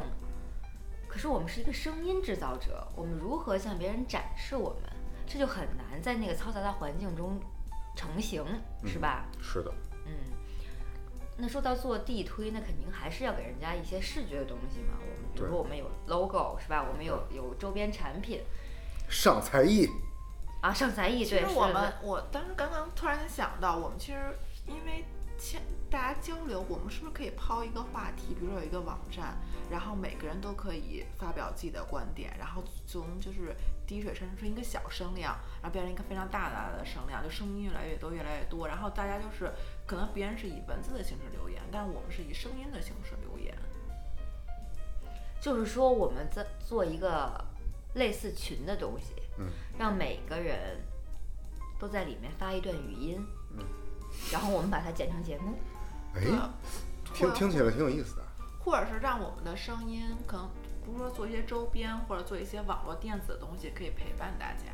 可是我们是一个声音制造者，我们如何向别人展示我们，这就很难在那个嘈杂的环境中成型，是吧？是的，嗯，那说到做地推，那肯定还是要给人家一些视觉的东西嘛。我们比如对说我们有 logo 是吧？我们有有周边产品上才艺，啊，上才艺其对，实是我的们，我当时刚刚突然间想到，我们其实因为现大家交流，我们是不是可以抛一个话题？比如说有一个网站，然后每个人都可以发表自己的观点，然后从就是滴水生成一个小声量，然后变成一个非常大大的声量，就声音越来越多，越来越多。然后大家就是可能别人是以文字的形式留言，但是我们是以声音的形式留言。就是说我们在做一个类似群的东西，嗯，让每个人都在里面发一段语音，嗯，然后我们把它剪成节目。哎，或听者听起来挺有意思的。或者是让我们的声音，可能不是说做一些周边，或者做一些网络电子的东西，可以陪伴大家，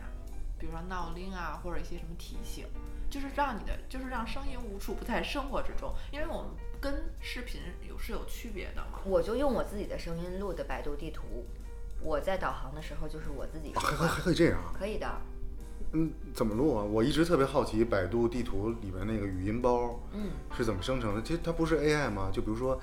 比如说闹铃啊，或者一些什么提醒，就是让你的，就是让声音无处不在生活之中，因为我们跟视频有是有区别的嘛。我就用我自己的声音录的百度地图，我在导航的时候就是我自己说还还话，还 可以这样啊？可以的。嗯，怎么录啊？我一直特别好奇百度地图里面那个语音包，嗯，是怎么生成的？其实它不是 AI 吗？就比如说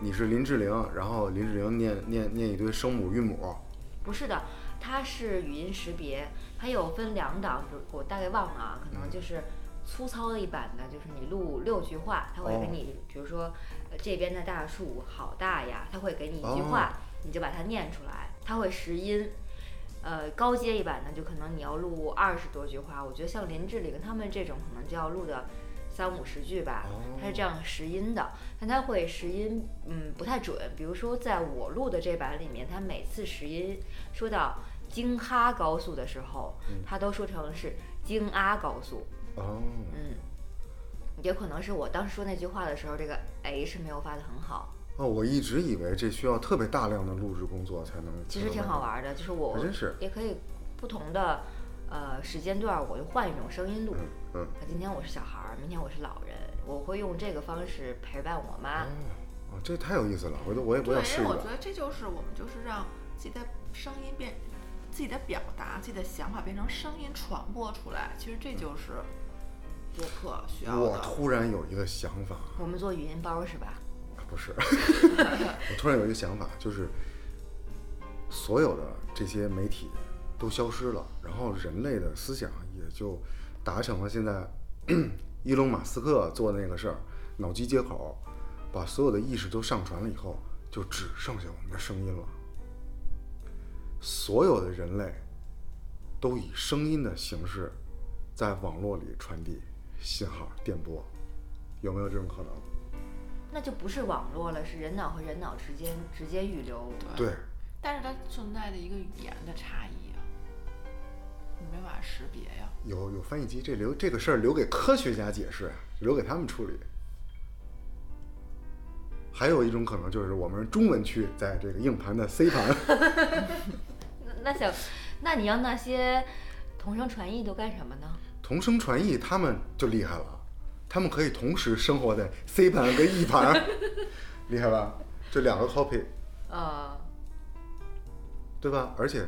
你是林志玲，然后林志玲念念念一堆声母韵母，不是的，它是语音识别，它有分两档，比如我大概忘了啊，可嗯能就是粗糙的一版的，就是你录六句话，它会哦给你，比如说呃这边的大树好大呀，它会给你一句哦话，你就把它念出来，它会识音。呃，高阶一版的就可能你要录二十多句话，我觉得像林志玲他们这种可能就要录的三五十句吧，哦它是这样识音的，但它会识音，嗯，不太准。比如说在我录的这版里面，它每次识音说到京哈高速的时候，嗯它都说成是京阿高速，哦，嗯，也可能是我当时说那句话的时候，这个 h 没有发的很好，哦，我一直以为这需要特别大量的录制工作才能，其实挺好。玩的，就是我还真是也可以不同的呃时间段，我就换一种声音录。嗯，啊今天我是小孩儿，明天我是老人，我会用这个方式陪伴我妈。哦，这太有意思了，回头我也我对，要试因一为我个觉。得这就是我们就是让自己的声音变，自己的表达、自己的想法变成声音传播出来，其实这就是播客需要嗯我的。突然有一个想法，我们做语音包是吧？不是， 我突然有一个想法，就是所有的这些媒体都消失了，然后人类的思想也就达成了现在 伊隆马斯克做的那个事儿，脑机接口，把所有的意识都上传了以后，就只剩下我们的声音了。所有的人类都以声音的形式在网络里传递信号电波，有没有这种可能？那就不是网络了，是人脑和人脑之间直接语流。对，但是它存在着一个语言的差异啊，你没法识别呀、有有翻译机，这留这个事儿留给科学家解释，啊留给他们处理。还有一种可能就是我们中文区在这个硬盘的 C 盘，那那想，那你让那些同声传译都干什么呢？同声传译，他们就厉害了，他们可以同时生活在 C 盘跟 E 盘， 厉害吧？这两个 copy，呃，对吧？而且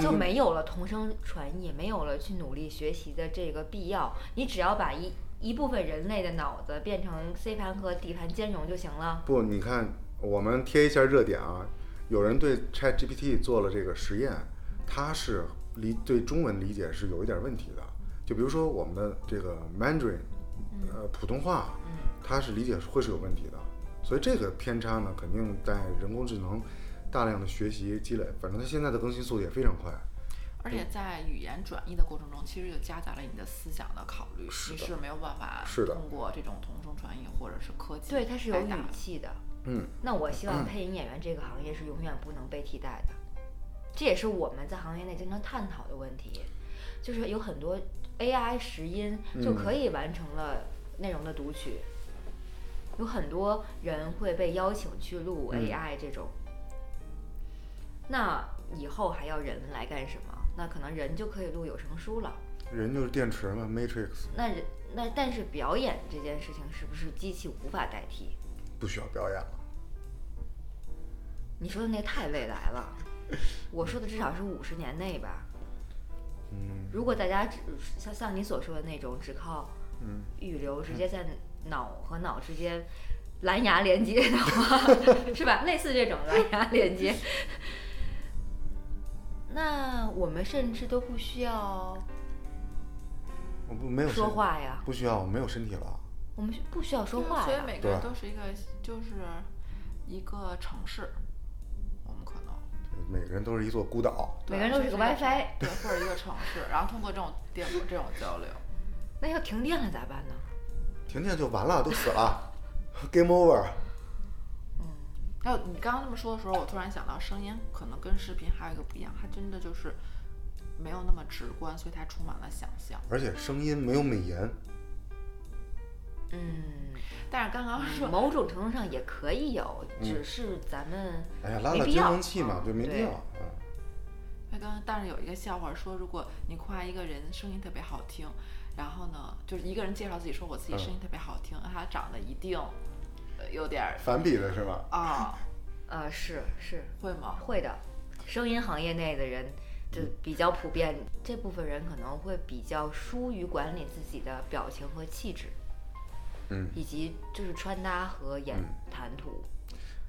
生就没有了同声传译，也没有了去努力学习的这个必要。你只要把一一部分人类的脑子变成 C 盘和 D 盘兼容就行了。不，你看，我们贴一下热点啊，有人对 Chat GPT 做了这个实验，它是理对中文理解是有一点问题的。就比如说我们的这个 Mandarin，呃，嗯普通话，它是理解会是有问题的。所以这个偏差呢，肯定在人工智能大量的学习积累，反正它现在的更新速度也非常快。而且在语言转译的过程中，其实就夹杂了你的思想的考虑，是你的是没有办法是的通过这种同声传译或者是科技对，它是有来打语气的。嗯，那我希望配音演员这个行业是永远不能被替代的，这也是我们在行业内经常探讨的问题，就是有很多 AI 识音就可以完成了内容的读取，有很多人会被邀请去录 AI 这种，那以后还要人来干什么？那可能人就可以录有声书了。人就是电池嘛，Matrix 那人那但是表演这件事情是不是机器无法代替？不需要表演了。你说的那个太未来 了，我说的至少是五十年内吧。嗯，如果大家只像像你所说的那种，只靠嗯预留，直接在脑和脑之间蓝牙连接 的话，是吧？类似这种蓝牙连接，那我们甚至都不需要我不没有说身，话呀，不需要，我没有身体了。我们不需要说对话所以呀。每个人对都是一个，就是一个城市，我们可能每个人都是一座孤岛。每个人都是个 WiFi，对，或者一个城市，然后通过这种电波这种交流，那要停电了咋办呢？停电就完了，都死了 ，Game Over。还有你刚刚那么说的时候，我突然想到，声音可能跟视频还有一个不一样，它真的就是没有那么直观，所以它充满了想象。而且声音没有美颜， 嗯，但是刚刚说某种程度上也可以有，嗯只是咱们哎呀，拉没拉必均要衡器嘛，嗯就没必对要。嗯，那刚刚，但是有一个笑话说，如果你夸一个人声音特别好听，然后呢，就是一个人介绍自己说我自嗯己声音特别好听，他长得一定呃有点儿反比的是吧？啊、呃是是会吗？会的，声音行业内的人就嗯比较普遍，这部分人可能会比较疏于管理自己的表情和气质，嗯，以及就是穿搭和言嗯谈吐，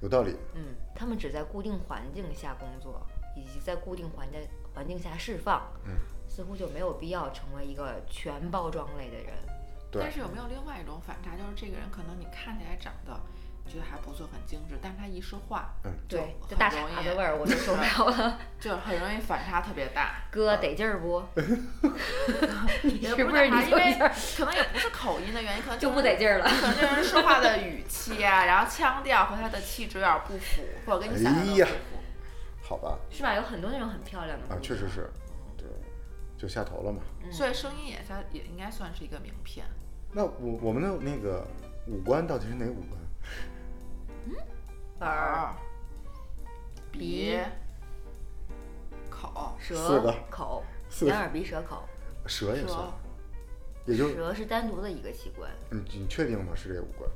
有道理。嗯，他们只在固定环境下工作，以及在固定环境环境下释放，嗯，似乎就没有必要成为一个全包装类的人。对但是有没有另外一种反差，就是这个人可能你看起来长得觉得还不错，很精致，但他一说话，嗯对，就这大很容碴易子味儿我就受不了 了，就很容易反差特别大。哥得劲儿不？ 你也是不不是你反差就因一为下儿可能也不是口音的原因，可 能就不是得劲儿了？可能这人说话的语气啊，然后腔调和他的气质有点不符，或者跟你想象的哎不呀符。好吧，是吧？有很多那种很漂亮的啊，姑确实娘是，对，就下头了嘛。所以声音也算也应该算是一个名片。那我我们的那个五官到底是哪五官？耳、鼻鼻、口、四舌个、口、四眼、耳、鼻、舌、口。蛇也算舌，也就舌是单独的一个器官，你你确定吗？是这五官？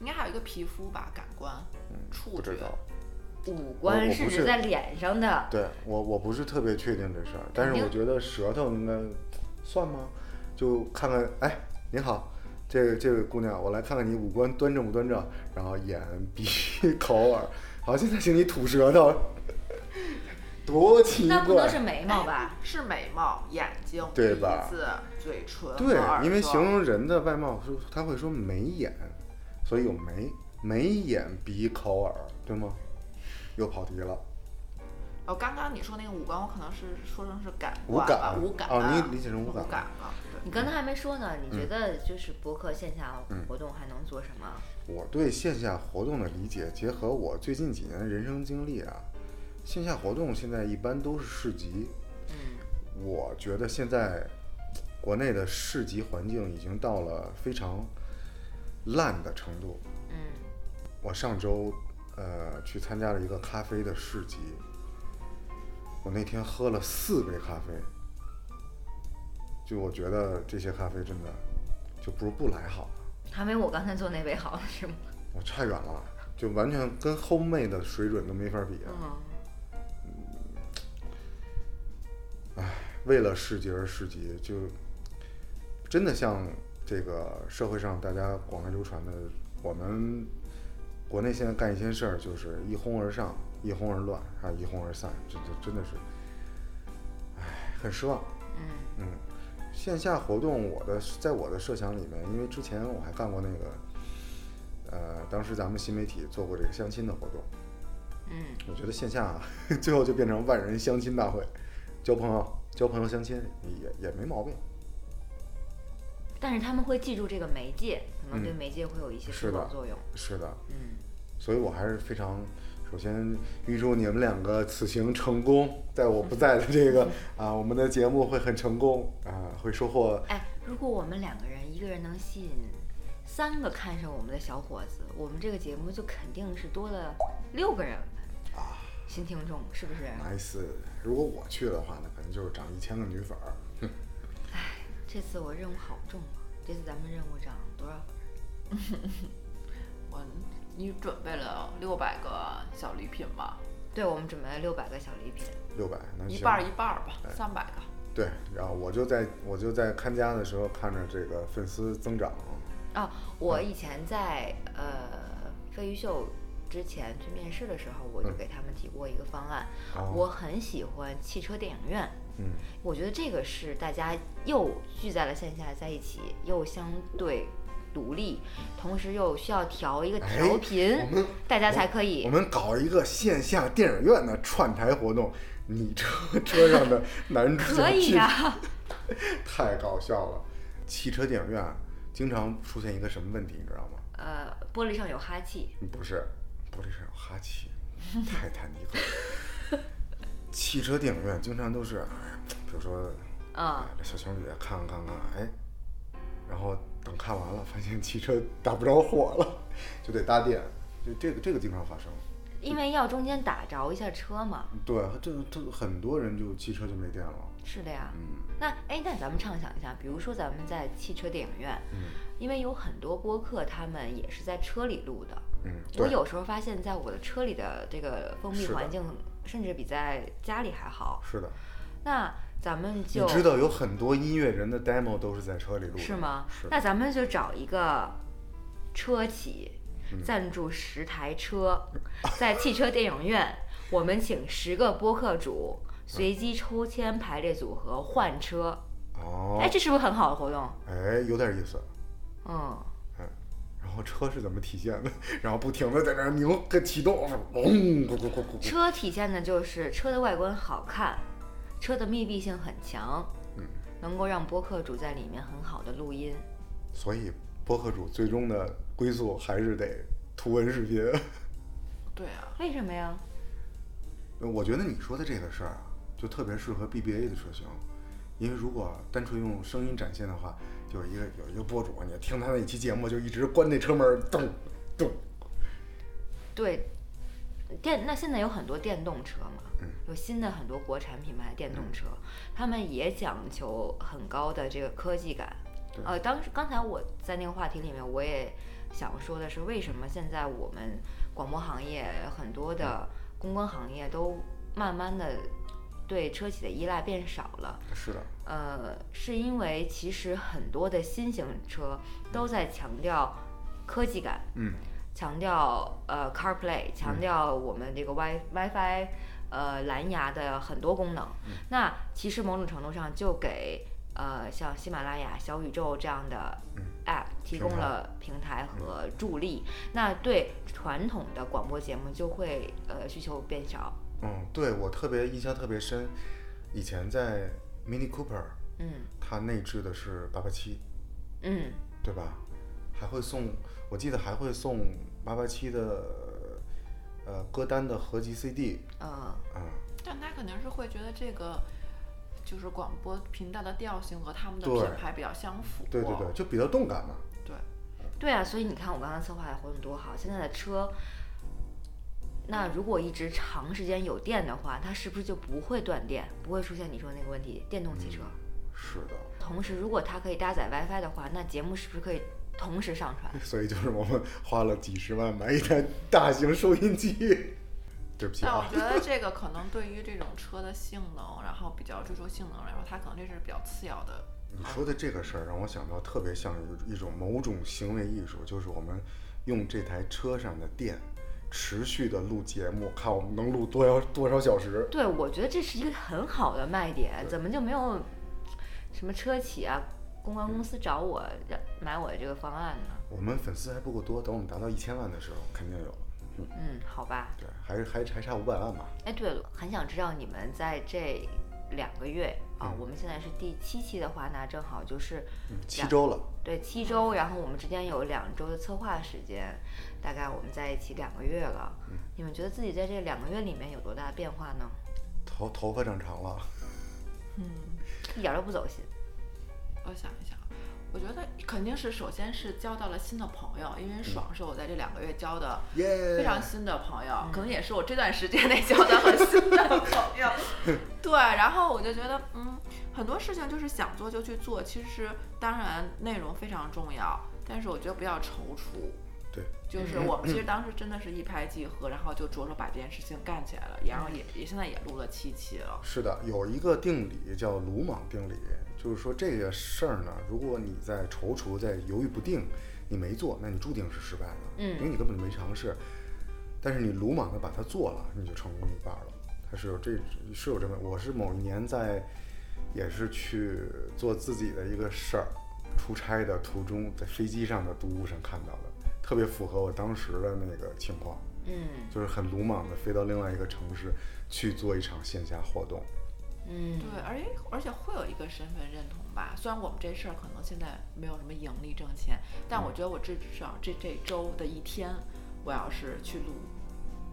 应该还有一个皮肤吧，感官、触嗯不觉知。道。五哦我官不是指是在脸上的。对我我不是特别确定这事儿，但是肯定我觉得舌头应该算吗？就看看，哎，您好，这位这位姑娘，我来看看你五官端正不端正，然后眼、鼻、口、耳，好，现在请你吐舌头，多奇那不能怪是。眉毛 吧？哎是眉毛、眼睛、对鼻吧子、嘴唇和对耳，因为朵形容人的外貌，说他会说眉眼，所以有眉、眉眼、鼻、口、耳，对吗？又跑题了，哦，刚刚你说那个五官，我可能是说成是感五官吧感五感哦啊你理解成五五感感了。对你刚才还没说呢，嗯你觉得就是博客线下活动还能做什么？我对线下活动的理解，结合我最近几年的人生经历啊，线下活动现在一般都是市集。嗯，我觉得现在国内的市集环境已经到了非常烂的程度。嗯，我上周呃去参加了一个咖啡的市集，我那天喝了四杯咖啡，就我觉得这些咖啡真的就不如不来好了。还没我刚才做那杯好是吗？我差远了，嗯就完全跟 homemade 的水准都没法比。嗯，为了市集而市集，就真的像这个社会上大家广为流传的，我们国内现在干一件事儿就是一哄而上，一哄而乱，还有一哄而散，这这真的是，唉，很失望。嗯嗯，线下活动，我的在我的设想里面，因为之前我还干过那个，呃，当时咱们新媒体做过这个相亲的活动，嗯，我觉得线下、啊、 最后就变成万人相亲大会，交朋友、交朋友、相亲也也没毛病。但是他们会记住这个媒介，可能对嗯媒介会有一些是推的广作用。是的，嗯，所以我还是非常，首先预祝你们两个此行成功，在我不在的这 个啊，我们的节目会很成功啊，会收获哎，如果我们两个人一个人能吸引三个看上我们的小伙子，我们这个节目就肯定是多了六个人新听众，是不是？ nice。如果我去的话呢，可能就是涨一千个女粉儿。这次我任务好重啊！这次咱们任务涨多少个人？我你准备了六百个小礼品吧，对，我们准备了六百个小礼品。六百，那一行哎半儿一半儿吧，三百个。对，然后我就在我就在看家的时候看着这个粉丝增长，哦，我以前在呃飞鱼秀之前去面试的时候，我就嗯给他们提过一个方案。哦我很喜欢汽车电影院，嗯，我觉得这个是大家又聚在了线下在一起，又相对独立，同时又需要调一个哎调频，我们大家才可以。我们搞一个线下电影院的串台活动， 你车车上的男主角可去以啊呀、太搞笑了。汽车电影院经常出现一个什么问题，你知道吗？呃，玻璃上有哈气，不是，玻璃上有哈 气，泰坦尼克。汽车电影院经常都是，哎，比如说啊、哎，这小情侣看看看看，哎，然后等看完了，发现汽车打不着火了，就得搭电，就这个这个经常发生。因为要中间打着一下车嘛。对，这这很多人就汽车就没电了。是的呀。嗯那哎，那咱们畅想一下，比如说咱们在汽车电影院，嗯因为有很多播客他们也是在车里录的。嗯，我对，有时候发现，在我的车里的这个封闭是的环境，甚至比在家里还好。是的，那咱们你就知道有很多音乐人的 demo 都是在车里录的，是吗？是的那咱们就找一个车企嗯赞助十台车，在汽车电影院，我们请十个播客主随机抽签排列组合换车。哦哎，，这是不是很好的活动？哎，有点意思。嗯，然后车是怎么体现的？然后不停的在那儿拧跟启动，嗡，咕咕咕咕咕。车体现的就是车的外观好看，车的密闭性很强，嗯，能够让播客主在里面很好的录音。所以播客主最终的归宿还是得图文视频。对啊，为什么呀？呃我觉得你说的这个事儿啊，就特别适合 BBA 的车型，因为如果单纯用声音展现的话，就有一个有一个博主，你听他那期节目就一直关那车门儿，咚咚，对，电那现在有很多电动车嘛，嗯有新的很多国产品牌的电动车，他们也讲求很高的这个科技感对。呃，当时刚才我在那个话题里面，我也想说的是，为什么现在我们广播行业很多的嗯公关行业都慢慢的对车企的依赖变少了？是的，呃，是因为其实很多的新型车都在强调科技感，嗯，强调呃 CarPlay，强调我们这个 Wi WiFi，呃蓝牙的很多功能。那其实某种程度上就给呃像喜马拉雅、小宇宙这样的嗯 App 提供了平台嗯和助力。那对传统的广播节目就会呃需求变少。嗯，对我特别印象特别深，以前在 Mini Cooper，嗯它内置的是八八七，嗯，对吧？还会送，我记得还会送八八七的呃歌单的合集 CD，呃嗯，但他肯定是会觉得这个就是广播频道的调性和他们的对品牌比较相符。哦对对对，就比较动感嘛，对对啊，所以你看我刚刚策划的活动多好，现在的车，那如果一直长时间有电的话，它是不是就不会断电，不会出现你说那个问题，电动汽车？是的。同时，如果它可以搭载 WiFi 的话，那节目是不是可以同时 上传？所以就是我们花了几十万买一台大型收音机。对不起但我啊，觉得这个可能对于这种车的性能，然后比较追求性能来说，它可能这是比较次要的。你说的这个事儿让我想到特别像一一种某种行为艺术，就是我们用这台车上的电持续的录节目，看我们能录多少多少小时。对，我觉得这是一个很好的卖点，对怎么就没有什么车企啊、公关公司找我让买我的这个方案呢？我们粉丝还不够多，等我们达到一千万的时候肯定有了。嗯，好吧。对，还是还还差五百万吧。哎，对了，很想知道你们在这两个月啊，我们现在是第七期的话，那正好就是嗯七两周了，对七周，然后我们之间有两周的策划时间，大概我们在一起两个月了。你们觉得自己在这两个月里面有多大的变化呢？头头发长长了，嗯一点儿都不走心。我想一想，我觉得肯定是首先是交到了新的朋友，嗯因为爽是我在这两个月交的耶！非常新的朋友，可能也是我这段时间内交的很新的朋友。对，然后我就觉得，嗯，很多事情就是想做就去做。其实当然内容非常重要，但是我觉得不要踌躇。对，就是我们其实当时真的是一拍即合，然后就着手把这件事情干起来了，然后也也现在也录了七期了。是的，有一个定理叫鲁莽定理，就是说这个事儿呢，如果你在踌躇、在犹豫不定，你没做，那你注定是失败的，嗯因为你根本就没尝试。但是你鲁莽的把它做了，你就成功一半了。它是有这是有这么，我是某一年在也是去做自己的一个事儿，出差的途中在飞机上的读物上看到的，特别符合我当时的那个情况。嗯就是很鲁莽的飞到另外一个城市去做一场线下活动。嗯，对，而且而且会有一个身份认同吧。虽然我们这事儿可能现在没有什么盈利挣钱，但我觉得我至少这这周的一天，我要是去录，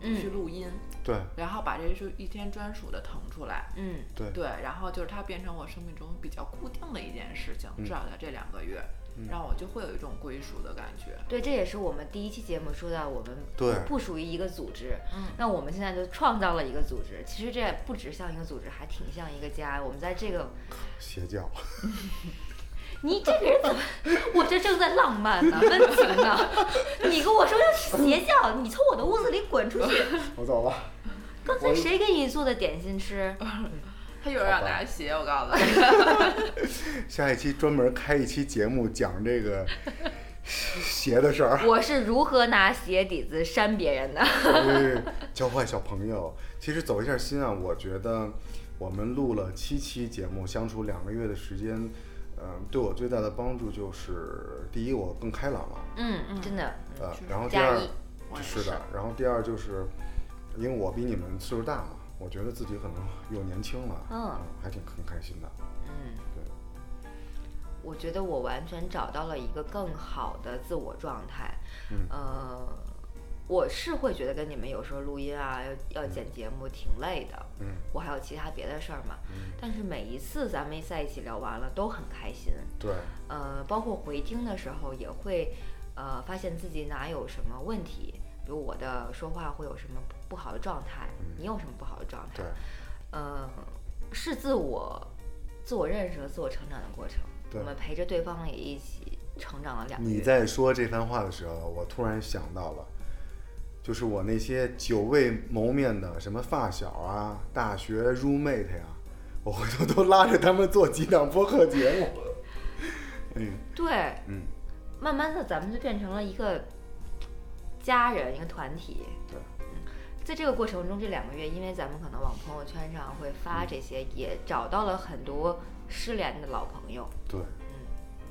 嗯去录音，对然后把这是一天专属的腾出来。嗯对对，然后就是它变成我生命中比较固定的一件事情，至少在这两个月，让我就会有一种归属的感觉。对，这也是我们第一期节目说到，我们对不属于一个组织，嗯那我们现在就创造了一个组织。其实这不只像一个组织，还挺像一个家。我们在这个，邪教， 你这个人怎么，我这正在浪漫呢，温情呢，你跟我说这是邪教，你从我的屋子里滚出去！我走了。刚才谁给你做的点心吃？他有人让好吧大家写，我告诉你，下一期专门开一期节目讲这个邪的 事儿，我是如何拿鞋底子扇别人的？对教坏小朋友。其实走一下心啊，我觉得我们录了七期节目，相处两个月的时间，嗯、对我最大的帮助就是，第一，我更开朗了，嗯，真的，呃是，然后第加二一，我也是的，然后第二就是，因为我比你们岁数大嘛，我觉得自己可能又年轻了，嗯还挺很开心的，嗯。对，我觉得我完全找到了一个更好的自我状态。嗯呃，我是会觉得跟你们有时候录音啊，要要剪节目挺累的。嗯，我还有其他别的事儿嘛。但是每一次咱们在一起聊完了，都很开心。对，呃，包括回听的时候也会，呃，发现自己哪有什么问题，比如我的说话会有什么不好的状态，你有什么不好的状态嗯对，，呃，是自我自我认识和自我成长的过程。对我们陪着对方也一起成长了两个月。你在说这番话的时候，我突然想到了，就是我那些久未谋面的什么发小啊、大学 roommate 呀、我回头都拉着他们做几档播客节目。嗯，对，嗯，慢慢的咱们就变成了一个家人，一个团体。对嗯，在这个过程中，这两个月，因为咱们可能往朋友圈上会嗯发这些，也找到了很多失联的老朋友。对，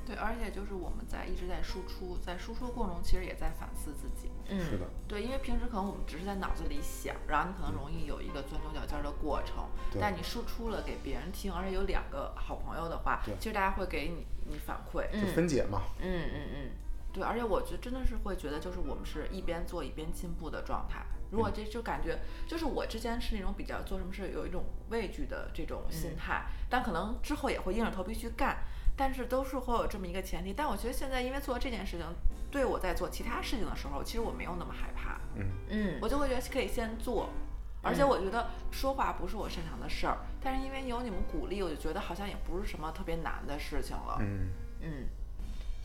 对，而且就是我们在一直在输出，在输出过程中，其实也在反思自己。嗯，是的，对，因为平时可能我们只是在脑子里想，然后你可能容易有一个钻牛角尖儿的过程嗯对，但你输出了给别人听，而且有两个好朋友的话对，其实大家会给你你反馈，就分解嘛。嗯嗯嗯，对，而且我觉得真的是会觉得，就是我们是一边做一边进步的状态。嗯如果这就感觉，就是我之前是那种比较做什么事有一种畏惧的这种嗯心态，但可能之后也会硬着头皮去干，但是都是会有这么一个前提。但我觉得现在因为做了这件事情，对我在做其他事情的时候，其实我没有那么害怕，嗯我就会觉得可以先做。而且我觉得说话不是我擅长的事儿，但是因为有你们鼓励，我就觉得好像也不是什么特别难的事情了。嗯，嗯，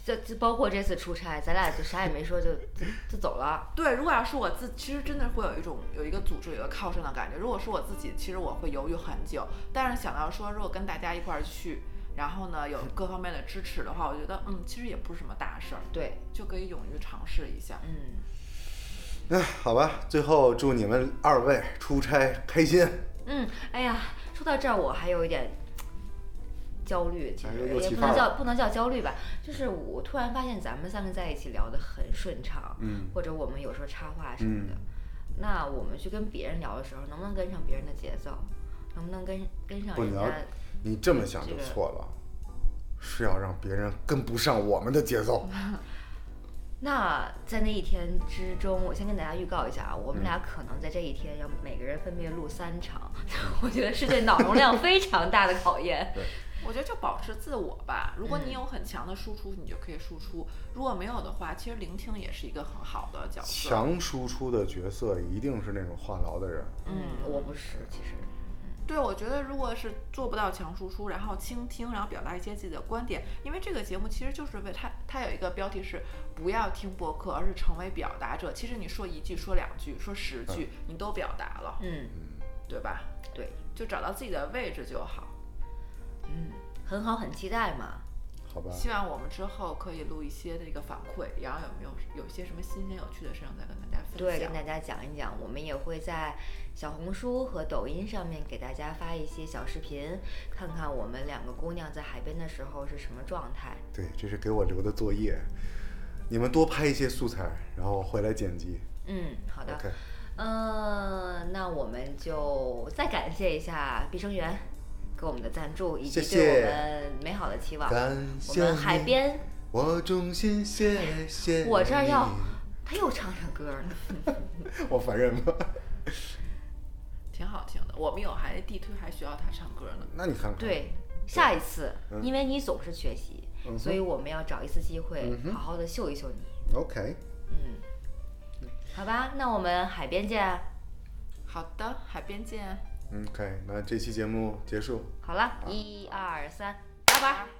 这这包括这次出差，咱俩就啥也没说就就就走了。对，如果要是我自，其实真的会有一种有一个组织、有一个靠山的感觉。如果是我自己，其实我会犹豫很久，但是想到说如果跟大家一块儿去，然后呢有各方面的支持的话，我觉得嗯，其实也不是什么大事儿，对，就可以勇于尝试一下。嗯，那好吧，最后祝你们二位出差开心。嗯，哎呀，说到这儿，我还有一点焦虑，其哎实呦又也起不范能儿叫了不能叫焦虑吧，就是我突然发现咱们三个在一起聊得很顺畅，嗯，或者我们有时候插话什么的，那我们去跟别人聊的时候，能不能跟上别人的节奏？能不能跟跟上不人你家要？你这么想就错了，是要让别人跟不上我们的节奏。那在那一天之中，我先跟大家预告一下啊，我嗯们俩可能在这一天要每个人分别录三场， 我觉得是对脑容量非常大的考 验。我觉得就保持自我吧。如果嗯你有很强的输出，你就可以输出；如果没有的话，其实聆听也是一个很好的角色。强输出的角色一定是那种话痨的人，嗯，我不是，其实对，我觉得如果是做不到强输出，然后倾听，然后表达一些自己的观点，因为这个节目其实就是为它，它有一个标题是“不要听博客，而是成为表达者”。其实你说一句、说两句、说十句，你都表达了，嗯，对吧？对，就找到自己的位置就好。嗯很好，很期待嘛。好嗯吧？希望我们之后可以录一些那个反馈，然后有没有有一些什么新鲜有趣的事情再跟大家分享。对，跟大家讲一讲，我们也会在小红书和抖音上面给大家发一些小视频，看看我们两个姑娘在海边的时候是什么状态。对，这是给我留的作业，你们多拍一些素材，然后回来剪辑。嗯，好的， OK，嗯，那我们就再感谢一下碧生源给我们的赞助，以谢及谢对我们美好的期望。感我谢们海你，边，我衷心谢谢我这儿要你他又唱上歌了。我烦人吗？ 挺好听的。我们有还地推还需要他唱歌呢。那你看看，对，下一次，嗯因为你总是缺席，嗯所以我们要找一次机会嗯，哼好好的秀一秀你。 ，OK，嗯，好吧，那我们海边见。好的，海边见，嗯，OK，那这期节目结束。好了，一二三，拜拜。